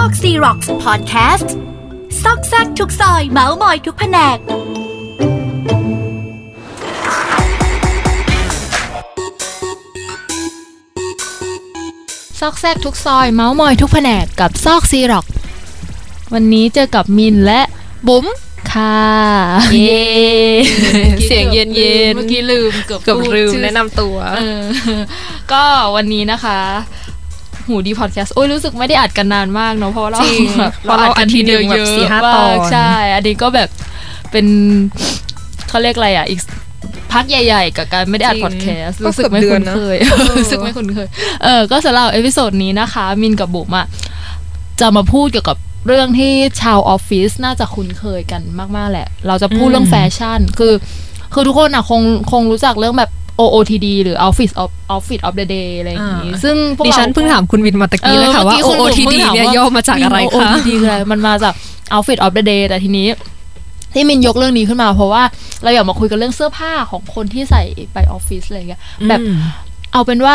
อกซีร็อกส์พอดแคสต์ซอกแซกทุกซอยเมาส์มอยทุกแผนก ซอกแซกทุกซอยเมาส์มอยทุกแผนกกับซอกซีร็อก วันนี้เจอกับมินและบุ๋มค่ะ เย่ เสียงเย็นเย็น เมื่อกี้ลืมเกือบ เกือบ พูด ลืม ชื่อ แนะนำตัว เออ ก็วันนี้นะคะ หูดีพอดแคสต์โอ้ยรู้สึกไม่ได้อัดกันนานมากเนาะเพราะเราแบบ เพราะเราอัดทีเดียวเยอะ ม มาก กใช่ อันนี้ก็แบบเป็นเขาเรียกอะไรอ่ะอีกพักใหญ่ ๆ กับการไม่ได้อัด จริง พอดแคสต์ ก็ รู้สึกไม่ เกือคุ้บเดือน น นะ เคย รู้สึกไม่คุ้นเคย เออ ก็สำหรับเอพิโซดนี้นะคะ มินกับบุ๋มอะจะมาพูดเกี่ยวกับเรื่องที่ชาวออฟฟิศน่าจะคุ้นเคยกันมาก ๆ แหละ เราจะพูดเรื่องแฟชั่น คือ คือทุกคนอะคงคงรู้จักเรื่องแบบ OOTD หรือ Office of Office of the Day อะไรอย่างงี้ อ่า ซึ่งพวก ดิ เรา ฉันเพิ่งถามคุณวินมาตะกี้เลยค่ะว่า เมื่อกี้คุณ OOTD ถ เนี่ย ว่ ย่อมาจากอะไร มิน คะ OOTD คืออะไร มันมาจาก Outfit of the Day แต่ทีนี้ ที่มินยกเรื่องนี้ขึ้นมา เพราะว่าเราอยากมาคุยกันเรื่องเสื้อผ้าของคนที่ใส่ไปออฟฟิศอะไรอย่างเงี้ยแบบ อืม เอาเป็นว่า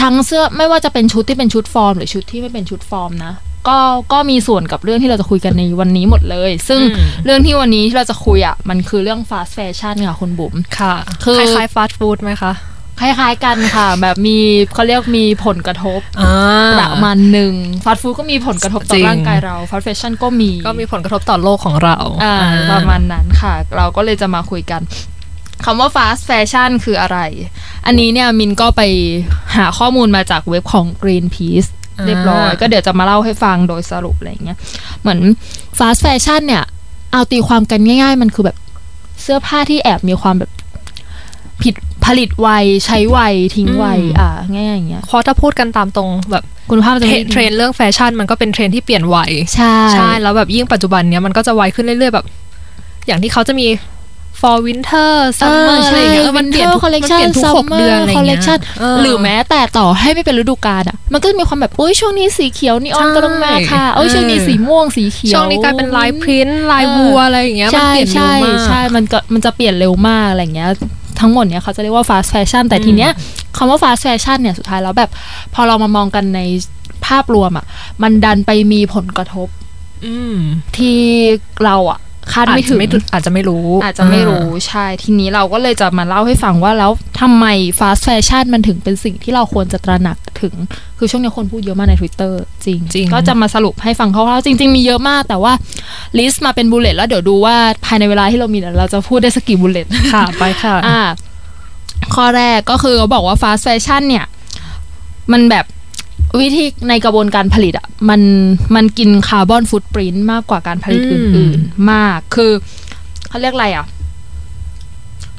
ทั้งเสื้อไม่ว่าจะเป็นชุดที่เป็นชุดฟอร์ม หรือชุดที่ไม่เป็นชุดฟอร์มนะก็ก็มีส่วนกับเรื่องที่เราจะคุยกันในวันนี้หมดเลย ซึ่ง อืม เรื่องที่วันนี้ที่เราจะคุยอ่ะมันคือเรื่อง fast fashion ค่ะคุณบุ๋ม ค่ะ คือ คล้ายๆฟาสต์ฟู้ดไหมคะ คล้ายๆกันค่ะ แบบมีเขาเรียกมีผลกระทบ อ่า ประมาณหนึ่งฟาสต์ฟู้ดก็มีผลกระทบต่อจริง ร่างกายเราฟาสต์แฟชั่นก็มี ก็มีผลกระทบต่อโลกของเรา อ่า อ่ ประมาณนั้นค่ะ เราก็เลยจะมาคุยกันคำว่า fast fashion คืออะไร อันนี้เนี่ยมินก็ไปหาข้อมูลมาจากเว็บของ Greenpeace า เรียบร้อยก็เดี๋ยวจะมาเล่าให้ฟังโดยสรุปอะไรอย่างเงี้ยเหมือนฟาสต์แฟชั่นเนี่ย เอาตีความกันง่าย ๆ มันคือแบบเสื้อผ้าที่แอบมีความแบบผิดผลิตไวใช้ไวทิ้งไว อืม อ่าง่ายๆอย่างเงี้ย เพราะถ้าพูดกันตามตรงแบบ คุณภาพมันจะไม่ เทรนด์เรื่องแฟชั่นมันก็เป็นเทรนด์ที่เปลี่ยนไว ใช่ ใช่แล้วแบบยิ่งปัจจุบันเนี้ยมันก็จะไวขึ้นเรื่อยๆแบบ อย่างที่เขาจะมี for winter เออ summer อะไร ใช่ อย่างเงี้ยเออ มั มัน น เป เป ลี่ ลี่ ย ย น น ทุกทุก คอลเลก มัน ชั เป น ลี่ยนทุกหกเดือนอะไรอย่างเงี้ยเห รือแม้แต่ต่อให้ไม่เป็นฤดูกาลอ่ะ มันก็จะมีความแบบโอ้ยช่วงนี้สีเขียวนีออนก็ต้องมาค่ะโอ้ยช่วงนี้สีม่วงสีเขียว ช่วงนี้กลายเป็นลายพริ้นท์ลายวัวอะไรอย่างเงี้ยมัน ใช่ เปลี่ยนเร็ว ใช่ มาก ใช่มันก็มันจะเปลี่ยนเร็วมากอะไรเงี้ย ทั้งหมดเนี่ยเขาจะเรียกว่า fast fashion แต่ทีเนี้ยคำว่า fast fashion เนี่ยสุดท้ายแล้วแบบ พอเรามามองกันในภาพรวมอ่ะ มันดันไปมีผลกระทบ อืม ที่เราอ่ะ คาดไม่ถึง อาจจะไม่รู้ อาจจะไม่รู้ใช่ทีนี้เราก็เลยจะมาเล่าให้ฟังว่าแล้วทำไม fast fashion มันถึงเป็นสิ่งที่เราควรจะตระหนักถึง คือช่วงนี้คนพูดเยอะมากใน Twitter จริง จริง ก็จะมาสรุปให้ฟังคร่าวๆจริง ๆ มีเยอะมากแต่ว่าลิสต์มาเป็นบุลเลตแล้วเดี๋ยวดูว่าภายในเวลาที่เรามีเนี่ยเราจะพูดได้สักกี่บุลเลต ค่ะไปค่ะ อ่า ข้อแรกก็คือเขาบอกว่า fast fashion เนี่ย มันแบบวิธีในกระบวนการผลิตอะมันมันกินคาร์บอนฟุตปรินต์มากกว่าการผลิต อื อ ม ื่นๆ มากคือเขาเรียกอะไรอะ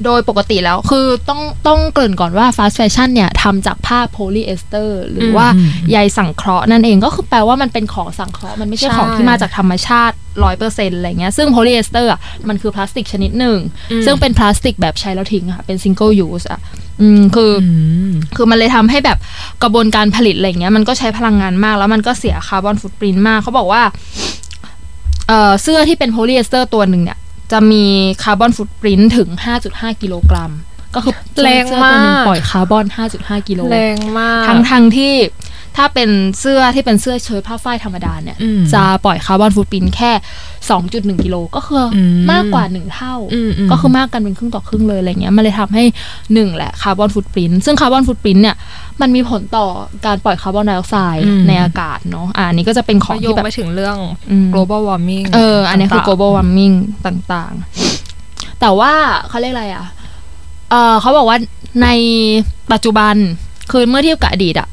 โดยปกติแล้วคือต้องต้องเกริ่นก่อนว่า fast fashion เนี่ยทำจากผ้าโพลีเอสเตอร์ หรือว่าใยสังเคราะห์นั่นเองก็คือแปลว่ามันเป็นของสังเคราะห์มันไม่ใช่ของที่มาจากธรรมชาติร้อยเปอร์เซ็นต์อะไรเงี้ยซึ่งโพลีเอสเตอร์อะมันคือพลาสติกชนิดหนึ่ง ซึ่งเป็นพลาสติกแบบใช้แล้วทิ้งอะค่ะ เป็นซิงเกิลยูสอ่ะ อืม คือ คือมันเลยทำให้แบบกระบวนการผลิตอะไรเงี้ย มันก็ใช้พลังงานมาก แล้วมันก็เสียคาร์บอนฟุตปรินต์มาก เขาบอกว่า เอ่อ เสื้อที่เป็นโพลีเอสเตอร์ตัวหนึ่งเนี่ย จะมีคาร์บอนฟุตปรินต์ถึง 5.5 กิโลกรัม ก็คือ แรงมาก เสื้อตัวหนึ่งปล่อยคาร์บอน 5.5 กิโล แรงมาก ทั้งทั้งที่ถ้าเป็นเสื้อที่เป็นเสื้อเชิ้ตผ้าฝ้ายธรรมดาเนี่ย อืม จะปล่อยคาร์บอนฟุตปรินต์แค่ 2.1 กิโล ก็คืออ ม มากกว่า 1 เท่า ม ก็คือมากกันเป็นครึ่งต่อครึ่งเลยอะไรเงี้ยมันเลยทำให้หนึ่งแหละคาร์บอนฟุตปรินต์ซึ่งคาร์บอนฟุตปรินต์เนี่ยมันมีผลต่อการปล่อยคาร์บอนไดออกไซด์ในอากาศเนาะอ่าอันนี้ก็จะเป็นข ข อ อง โย ที่ ง แบบ ไปถึงเรื่อง อืม global warming เออ อันนี้คือ ต่างๆ global warming ต่างๆ แต่ว่าเขาเรียกอะไรอ่ะ เออเขาบอกว่าในปัจจุบันคือเมื่อเทียบกับอดีตอ่ะ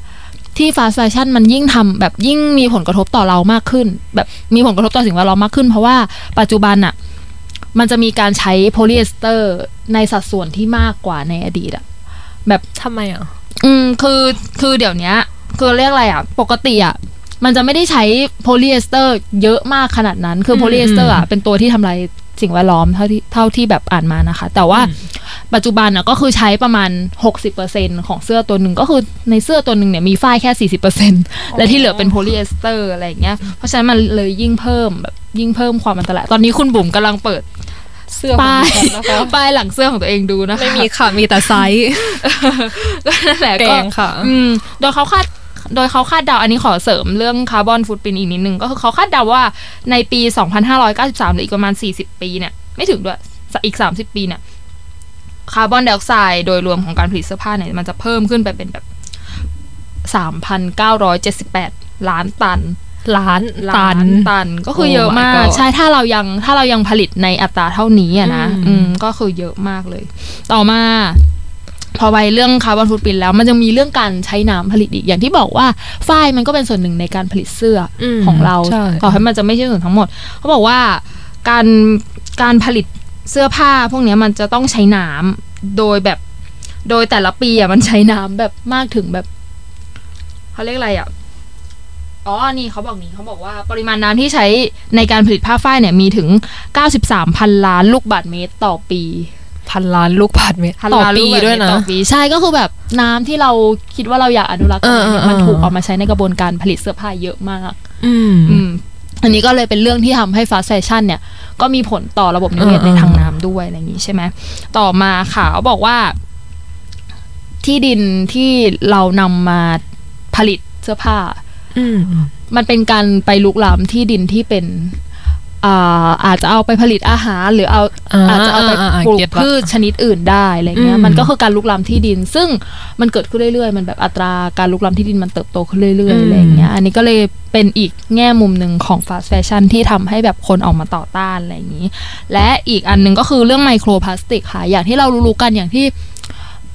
ที่ fast fashion มันยิ่งทำแบบยิ่งมีผลกระทบต่อเรามากขึ้น แบบมีผลกระทบต่อสิ่งแวดล้อมมากขึ้น เพราะว่าปัจจุบันอ่ะ มันจะมีการใช้โพลีเอสเตอร์ในสัดส่วนที่มากกว่าในอดีตอ่ะ ทำไมอ่ะ อืมคือคือเดี๋ยวเนี้ยคือเรียกอะไรอ่ะ ปกติอ่ะ มันจะไม่ได้ใช้โพลีเอสเตอร์เยอะมากขนาดนั้น คือ อืม โพลีเอสเตอร์ อื อ่ะ ม เป็นตัวที่ทำลายสิ่งแวดล้อมเท่าที่เท่าที่แบบอ่านมานะคะ แต่ว่า อืม ปัจจุบันอ่ะก็คือใช้ประมาณ 60%ของเสื้อตัวหนึ่งก็คือในเสื้อตัวหนึ่งเนี่ยมีฝ้ายแค่ 40%และที่เหลือเป็นโพลีเอสเตอร์อะไรอย่างเงี้ยเพราะฉะนั้นมันเลยยิ่งเพิ่มแบบยิ่งเพิ่มความอันตรายตอนนี้คุณบุ๋มกำลังเปิด เสื้อ ป้ายป้ายหลังเสื้อของตัวเองดูนะคะ ไม่มีค่ะ มีแต่ไซส์ ก็นั่นแหละ แด ก็ งค่ะ อืมโดยเขาคาด โดยเขาคาดเดาอันนี้ขอเสริมเรื่องคาร์บอนฟุตปรินท์อีกนิดนึง ก็คือเขาคาดเดาว่าในปี 2593 หรืออีกประมาณ 40 ปีเนี่ย ไม่ถึงด้วยอีก 30 ปีเนี่ยคาร์บอนไดออกไซด์โดยรวมของการผลิตเสื้อผ้าเนี่ย มันจะเพิ่มขึ้นไปเป็นแบบ 3,978 ล้านตัน ล้าน ล้าน ตัน ตันก็คือ Oh เยอะมาก my god ใช่ถ้าเรายังถ้าเรายังผลิตในอัตราเท่านี้อะนะ อืม อืมก็คือเยอะมากเลย ต่อมา พอไปเรื่องคาร์บอนฟุตปรินท์แล้ว มันจะมีเรื่องการใช้น้ำผลิตอีกอย่างที่บอกว่าฝ้ายมันก็เป็นส่วนหนึ่งในการผลิตเสื้ออ ม ของเรา ใช่ ต่อให้มันจะไม่ใช่ส่วนทั้งหมด เขาบอกว่าการการผลิตเสื้อผ้า พวกเนี้ยมันจะต้องใช้น้ำโดยแบบโดยแต่ละปีอ่ะมันใช้น้ำแบบมากถึงแบบเขาเรียกอะไรอ่ะ อ๋อ นี่เขาบอกนี้เขาบอกว่าปริมาณน้ำที่ใช้ในการผลิตผ้าฝ้ายเนี่ยมีถึง 93 พันล้านลูกบาทเมตรต่อปี พันล้านลูกบาศก์เมตร พัน ต่อ ล้าน ปี ลูกบาท ด้วย เมตร นะ ต่อปีใช่ก็คือแบบน้ำที่เราคิดว่าเราอยากอนุรักษ์ เออเออเออ มันถูกเอามาใช้ในกระบวนการผลิตเสื้อผ้าเยอะมาก อืม อืม อันนี้ก็เลยเป็นเรื่องที่ทำให้ฟาสแฟชั่นเนี่ย ก็มีผลต่อระบบนิเวศ เออเออ ในทางน้ำด้วยอะไรอย่างนี้ใช่ไหม ต่อมาค่ะเขาบอกว่า ที่ดินที่เรานำมาผลิตเสื้อผ้า อืม มันเป็นการไปลุกล้ำที่ดินที่เป็นอ่าอาจจะเอาไปผลิตอาหาร หรือเอา อ่า อาจจะเอาไป อ่าอ่า ปลูก เก็ตละ พืชชนิดอื่นได้อะไรเงี้ยอืม มันก็คือการลุกล้ำที่ดิน ซึ่งมันเกิดขึ้นเรื่อยๆ มันแบบอัตราการลุกล้ำที่ดินมันเติบโตขึ้นเรื่อยๆอืม อะไรเงี้ยอันนี้ก็เลยเป็นอีกแง่มุมหนึ่งของฟาสแฟชั่นที่ทำให้แบบคนออกมาต่อต้านอะไรอย่างนี้ และอีกอันหนึ่งก็คือเรื่องไมโครพลาสติกค่ะอย่างที่เรารู้ๆกันอย่างที่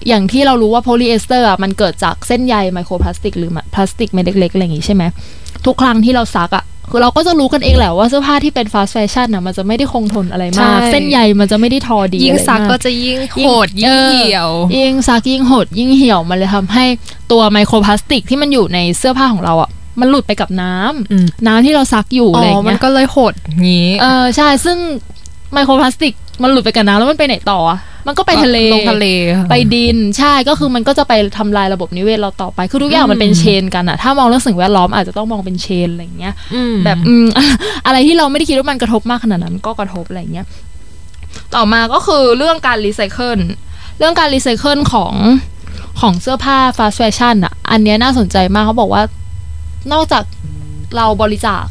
อย่างที่เรารู้ว่าโพลีเอสเตอร์อ่ะมันเกิดจากเส้นใยไมโครพลาสติกหรือพลาสติกเม็ดเล็กๆอะไรอย่างงี้ใช่ไหมทุกครั้งที่เราซักอ่ะคือเราก็จะรู้กันเองแหละว่าเสื้อผ้าที่เป็นฟาสแฟชั่นอ่ะมันจะไม่ได้คงทนอะไรมาก ใช่ เส้นใยมันจะไม่ได้ทอดี ยิ่ง อะไร ซักก็ มา จะยิ่ง ยิ่ โห ง ดยิ่เอองเหี่ยว ยิ่งซักยิ่งหดยิ่งเหี่ยวมันเลยทำให้ตัวไมโครพลาสติกที่มันอยู่ในเสื้อผ้าของเราอ่ะมันหลุดไปกับน้ำ อืม น้ำที่เราซักอยู่ อ๋ อะไรอ อย่าง มั เงี้ น ย ก็เลยโหดงี้ เออใช่ซึ่งไมโครพลาสติกมันหลุดไปกับน้ำแล้วมันไปไหนต่ออ่ะมันก็ไปทะเล ลงทะเลค่ะ ไปดินใช่ก็คือมันก็จะไปทำลายระบบนิเวศเราต่อไป คือทุกอย่าง อืม มันเป็นเชนกันอะถ้ามองเรื่องสิ่งแวดล้อมอาจจะต้องมองเป็นเชนอะไรอย่างเงี้ย อืม แบบอืม อะไรที่เราไม่ได้คิดว่ามันกระทบมากขนาดนั้นก็กระทบอะไรอย่างเงี้ย ต่อมาก็คือเรื่องการรีไซเคิลเรื่องการรีไซเคิลของของเสื้อผ้าฟาสแฟชั่นอ่ะ อันเนี้ยน่าสนใจมากเขาบอกว่า นอกจากเราบริจาค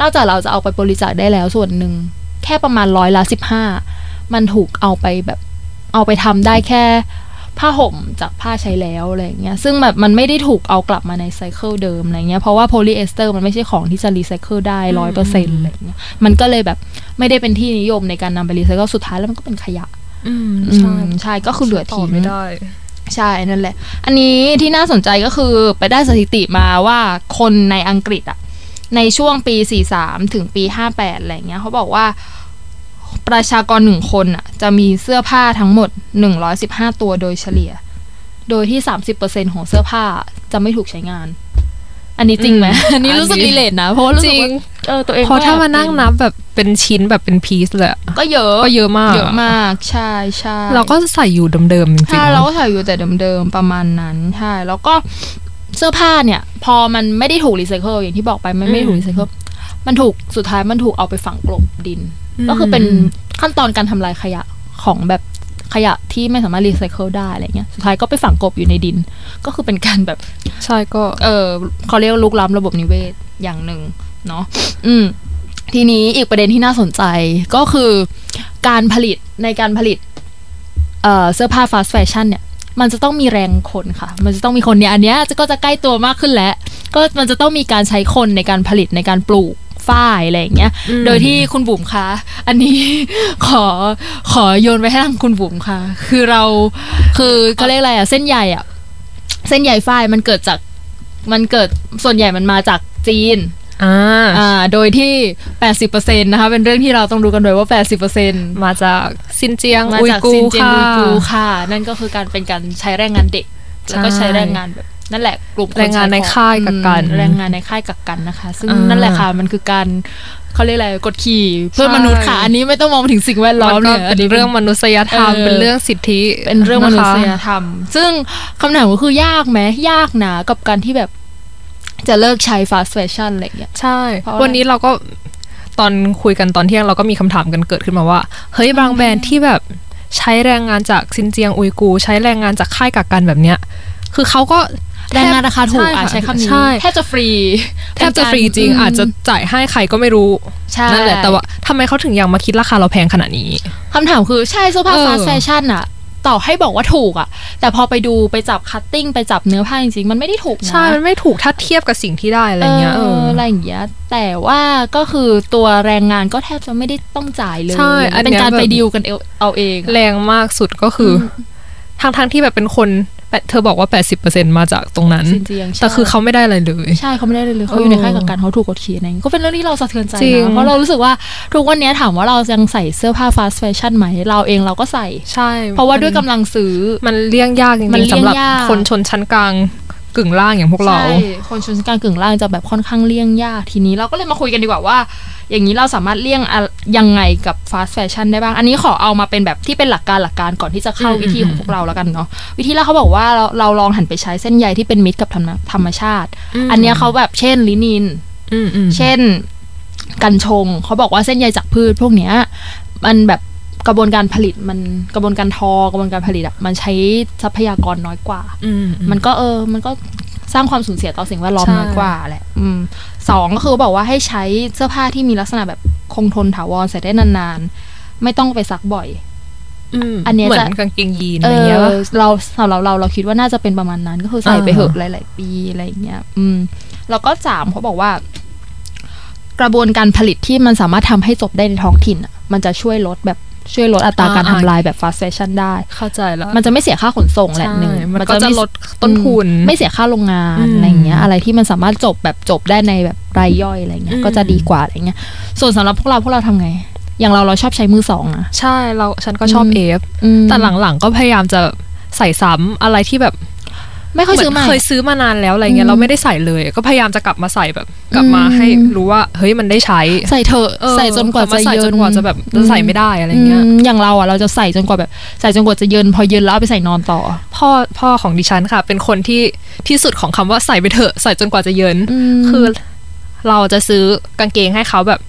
นอกจากเราจะเอาไปบริจาคได้แล้วส่วนหนึ่ง แค่ประมาณร้อยละสิบห้ามันถูกเอาไปแบบ เอาไปทำได้แค่ผ้าห่มจากผ้าใช้แล้วอะไรอย่างเงี้ยซึ่งแบบมันไม่ได้ถูกเอากลับมาในไซเคิลเดิมอะไรเงี้ยเพราะว่าโพลีเอสเตอร์มันไม่ใช่ของที่จะรีไซเคิลได้ร้อยเปอร์เซ็นต์อะไรเงี้ยมันก็เลยแบบไม่ได้เป็นที่นิยมในการนำไปรีไซเคิลสุดท้ายแล้วมันก็เป็นขยะ อืม อื ใช่ มใช่ก็คือเหลือ ต่อ ทิ้ง ไม่ได้ ใช่นั่นแหละ อันนี้ที่น่าสนใจก็คือไปได้สถิติมาว่าคนในอังกฤษอะในช่วงปี 43 ถึงปี 58 อะไรเงี้ยเขาบอกว่าประชากรหนึ่งคนอะจะมีเสื้อผ้าทั้งหมด 115 ตัวโดยเฉลี่ย โดยที่ 30%ของเสื้อผ้าจะไม่ถูกใช้งาน อันนี้จริงไหม อันนี้รู้สึกรีเลทนะ เพราะว่ารู้สึกว่า จริง เออตัวเอง เพราะถ้ามานั่ง ก็ นับแบบเป็นชิ้นแบบเป็นพีซเลยอะ ก็เยอะ ก็เยอะมาก เยอะมาก ใช่ใช่ เราก็ใส่อยู่เดิมๆจริง ใช่เราก็ใส่อยู่แต่เดิมๆประมาณนั้นใช่แล้วก็เสื้อผ้าเนี่ย พอมันไม่ได้ถูกรีไซเคิลอย่างที่บอกไปมันไม่ได้ถูกรีไซเคิลมันถูกสุดท้ายมันถูกเอาไปฝังกลบดิน ๆ ก็คือเป็นขั้นตอนการทำลายขยะของแบบขยะที่ไม่สามารถรีไซเคิลได้อะไรเงี้ยสุดท้ายก็ไปฝังกลบอยู่ในดิน ก็คือเป็นการแบบ ใช่ก็ เออเขาเรียกว่าลุกล้ำระบบนิเวศอย่างหนึ่งเนาะอืม ทีนี้อีกประเด็นที่น่าสนใจก็คือการผลิตในการผลิต เอ่อเสื้อผ้าฟาสแฟชั่นเนี่ย มันจะต้องมีแรงคนค่ะ มันจะต้องมีคนเนี่ยอันเนี้ยก็จะใกล้ตัวมากขึ้นแล้ว ก็มันจะต้องมีการใช้คนในการผลิตในการปลูกฝ้ายอะไรอย่างเงี้ย อืม โดยที่คุณบุ๋มคะ อันนี้ ขอ ขอโยนไปให้ทางคุณบุ๋มค่ะ คือเราคือเขาเรียกอะไรอะเส้นใหญ่อะเส้นใหญ่ฝ้ายมันเกิดจาก มันเกิดส่วนใหญ่มันมาจากจีน อ่า อ่า โดยที่ 80%นะคะ เป็นเรื่องที่เราต้องรู้กันโดวยว่า 80% มาจากซินเจียง มา อุย จาก กู ซินเจียน ค่ะ อุยกูร์ค่ะ นั่นก็คือการเป็นการใช้แรงงานเด็ก ใช่ แล้วก็ใช้แรงงานแบบ นั่นแหละกลุ่มค แรงงานในค่ายกักกัน อืมแรงงานในค่ายกักกันนะคะ ซึ่ง อ่านั่ นั่นแหละค่ะ มันคือการเขาเรียกอะไร กดขี่เพื่อน ใช่ มนุษย์ค่ะ อันนี้ไม่ต้องมองไปถึงสิ่งแวดล้อม ก็ เลยอัน เป็น นี้ เรื่องมนุษยธรรม เออ เป็นเรื่องสิทธิ เป็นเรื่องมนุษย ะคะ ธรรม ซึ่งคำถามก็คือยากไหมยากนะกับการที่แบบจะเลิกใช้ฟาสแฟชั่นอะไรอย่างเงี้ย ใช่ เพราะอะไร วันนี้เราก็ตอนคุยกันตอนเที่ยงเราก็มีคำถามกันเกิดขึ้นมาว่า เฮ้ยบางแบรนด์ที่แบบใช้แรงงานจากซินเจียงอุยกูร์ใช้แรงงานจากค่ายกักกันแบบเนี้ย คือเขาก็ แรงงานราคาถูกอ่ะ ใช่ ใช้ ค่ะ คำนี้ ใช่ แทบจะฟรี แทบจะฟรีจริง อืม อาจจะจ่ายให้ใครก็ไม่รู้ ใช่ นั่นแหละ แต่ว่าทำไมเขาถึงยังมาคิดราคาเราแพงขนาดนี้ คำถามคือใช่เสื้อผ้า เออ ฟาสแฟชั่นอ่ะ ต่อให้บอกว่าถูกอ่ะ แต่พอไปดูไปจับคัตติ้งไปจับเนื้อผ้าจริงๆ มันไม่ได้ถูกนะ ใช่ มันไม่ถูกถ้าเทียบกับสิ่งที่ได้อะไรเงี้ยเออ ไรอย่างเงี้ย แต่ว่าก็คือตัวแรงงานก็แทบจะไม่ได้ต้องจ่ายเลย ใช่อันเนี้ เป็น ย การ แบบ ไปดีลกันเอาเอาเอง แรงมากสุดก็คือทางทางๆที่แบบเป็นคนแปดเธอบอกว่า 80%มาจากตรงนั้น จริงๆใช่ แต่คือเขาไม่ได้อะไรเลย ใช่เขาไม่ได้เลยเลยเขา เออ อยู่ในค่ายกักกันเขาถูกกดขี่อะไรอย่างเงี้ยก็เป็นเรื่องที่เราสะเทือนใจ จริง นะเพราะเรารู้สึกว่าทุกวันเนี้ยถามว่าเรายังใส่เสื้อผ้าฟาสแฟชั่นไหมเราเองเราก็ใส่ ใช่ เพราะว่าด้วยกำลังซื้อ มันเลี่ยงยากจริ มัน ง เลี่ ๆ ยง สำหรับ ยาก คนชนชั้นกลางกึ่งล่างอย่างพวกเรา ใช่คนชนชั้นกลางกึ่งล่างจะแบบค่อนข้างเลี่ยงยากทีนี้เราก็เลยมาคุยกันดีกว่าว่า อย่างนี้เราสามารถเลี่ยงอะยังไงกับฟาสต์แฟชั่นได้บ้าง อันนี้ขอเอามาเป็นแบบที่เป็นหลักการหลักการก่อนที่จะเข้า อืม วิธีของพวกเราแล้วกันเนาะวิธีแรกเขาบอกว่าเราเราลองหันไปใช้เส้นใยที่เป็นมิตรกับธรรมธรรมชาติ อันเนี้ยเขาแบบเช่นลินิน อืมอืม เช่นกันชงเขาบอกว่าเส้นใยจากพืชพวกเนี้ยมันแบบกระบวนการผลิตมันกระบวนการทอกระบวนการผลิตอะมันใช้ทรัพยากรน้อยกว่า มันก็เออ มันก็สร้างความสูญเสียต่อสิ่งแวดล้อม ใช่ น้อยกว่าแหละ อืมสองก็คือบอกว่าให้ใช้เสื้อผ้าที่มีลักษณะแบบคงทนถาวรใส่ได้นานๆ ไม่ต้องไปซักบ่อย อันเนี้ย เหมือ จะ นกางเกงยีน เอ อะไรเงี้ย อ วะ เราสำหรับเราเราคิดว่าน่าจะเป็นประมาณนั้น ก็คือใส่ไป อ่า เหอะหลายๆ ปีอะไรอย่างเงี้ย อืม แล้วก็สามเขาบอกว่ากระบวนการผลิตที่มันสามารถทำให้จบได้ในท้องถิ่นอะมันจะช่วยลดแบบช่วยลดอัตราการทำลายแบบฟาสแฟชั่นได้ เข้าใจแล้ว มันจะไม่เสียค่าขนส่งแหละหนึ่ง ใช่มันก็จะลดต้นทุน ไม่เสียค่าโรงงาน อืม อะไรอย่างเงี้ยอะไรที่มันสามารถจบแบบจบได้ในแบบรายย่อยอะไรเงี้ย อืม ก็จะดีกว่าอะไรเงี้ย ส่วนสำหรับพวกเราพวกเราทำไง อย่างเราเราชอบใช้มือสองนะ ใช่เราฉันก็ชอบ อืม เอฟ อืม แต่หลังๆก็พยายามจะใส่ซ้ำอะไรที่แบบ ไม่ค่อยซื้อใหม่ เคยซื้อมานานแล้วอะไรเงี้ อื ย ม เราไม่ได้ใส่เลย ก็พยายามจะกลับมาใส่แบบ กลับมา อืม ให้รู้ว่า เฮ้ยมันได้ใช้ ใส่เถอะ เออ ใส่จนกว่าจะ ใส่ เยิ จ น นกว่าจะแบบจะใส่ไม่ได้อะไรเงี้ย อืมอย่างเราอ่ะเราจะใส่จนกว่าแบบใส่จนกว่าจะเยินพอเยินแล้วเอาไปใส่นอนต่อ พ่อพ่อของดิฉันค่ะ เป็นคนที่ที่สุดของคำว่าใส่ไปเถอะใส่จนกว่าจะเยิน อม คือเราจะซื้อกางเกงให้เขาแบบ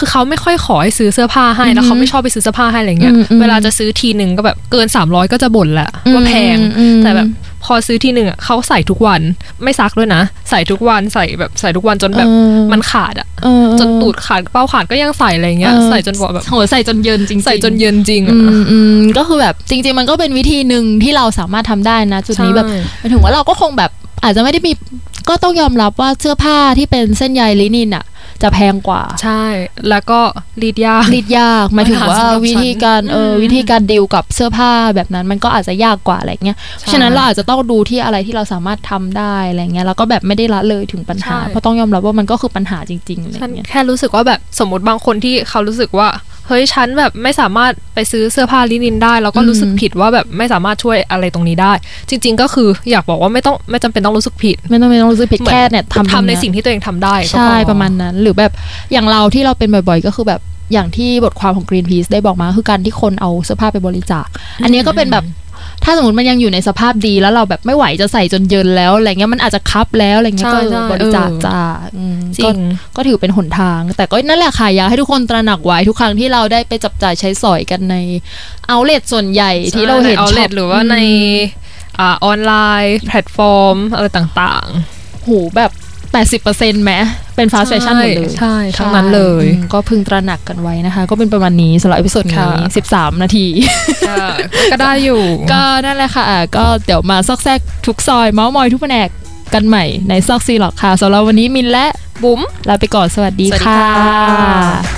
คือเขาไม่ค่อยขอให้ซื้อเสื้อผ้าให้แล้ว อือฮึ เขาไม่ชอบไปซื้อเสื้อผ้าให้อะไรเงี้ย อืมอืม เวลาจะซื้อทีหนึ่งก็แบบเกิน 300 ก็จะบ่นแหละว่าแพง อืม แต่แบบพอซื้อทีหนึ่งอะเขาใส่ทุกวันไม่ซักด้วยนะ ใส่ทุกวันใส่แบบใส่ทุกวันจนแบบ เออ มันขาดอะ เออ จนตูดขาดเป้าขาดก็ยังใส่อะไรเงี้ย เออ ใส่จนบอกแบบ โหใส่จนเยินจริงๆ ใส่จนเย็นจริง อื อะ มอืมก็คือแบบจริง ๆ มันก็เป็นวิธีหนึ่งที่เราสามารถทำได้นะจุดนี้ ใช่ แบบหมายถึงว่าเราก็คงแบบอาจจะไม่ได้มีก็ต้องยอมรับว่าเสื้อผ้าที่เป็นเส้นใยลินินอ่ะ จะแพงกว่า ใช่แล้วก็รีดยาก รีดยากหมายถึงว่า ปัญหาสำหรับ วิธีการเออ ฉัน วิธีการดีลกับเสื้อผ้าแบบนั้นมันก็อาจจะยากกว่าอะไรเงี้ยเพราะฉะนั้นเราอาจจะต้องดูที่อะไรที่เราสามารถทำได้อะไรเงี้ยแล้วก็แบบไม่ได้ละเลยถึงปัญหาเพราะต้องยอมรับว่ามันก็คือปัญหาจริงๆอะไร ฉัน เงี้ย แค่รู้สึกว่าแบบสมมติบางคนที่เขารู้สึกว่าเฮ้ยฉันแบบไม่สามารถไปซื้อเสื้อผ้าลินินได้ แล้วก็ อืม รู้สึกผิดว่าแบบไม่สามารถช่วยอะไรตรงนี้ได้ จริง ๆ ก็คืออยากบอกว่าไม่ต้องไม่จำเป็นต้องรู้สึกผิด ไม่ต้องไม่ต้องรู้สึกผิด หมือ แค่เนี่ยทำ ทำในสิ่งที่ตัวเองทำได้ก็พอ ใช่ประมาณนั้นหรือแบบอย่างเราที่เราเป็นบ่อยๆ ก็คือแบบอย่างที่บทความของ Greenpeace ได้บอกมาคือการที่คนเอาเสื้อผ้าไปบริจาค อันเนี้ยก็เป็นแบบถ้าสมมติมันยังอยู่ในสภาพดีแล้วเราแบบไม่ไหวจะใส่จนเยินแล้วอะไรเงี้ยมันอาจจะคับแล้วอะไรเงี้ย ใช่ ก็ ใช่ บริจาค เออ จ้าอืม จริ ก็ ง ก็ถือเป็นหนทาง แต่ก็นั่นแหละค่ะอยากให้ทุกคนตระหนักไว้ทุกครั้งที่เราได้ไปจับจ่ายใช้สอยกันในเอาเลทส่วนใหญ่ที่เราเห็น เอาเล ช็ ท ป หรือว่าในอ่าออนไลน์แพลตฟอร์มอะไรต่าง โหแบบ 80%ไหมเป็น ๆ ฟาสแฟชั่นหมดเลย ใช่ทั้งนั้นเลย อืมก็พึงตระหนักกันไว้นะคะ ก็เป็นประมาณนี้สำหรับเอพิโซดนี้ ค่ะ 13 นาที ค่ะก็ได้อยู่ ก็นั่นแหละค่ะอ่ะ ก็เดี๋ยวมาซอกแซกทุกซอย เมาส์มอยทุกแผนกกันใหม่ในซอกซีหรอกค่ะสำหรับวันนี้มินและบุ๋มลาไปก่อนสวัสดี สวัสดี ค่ะ ค่ะ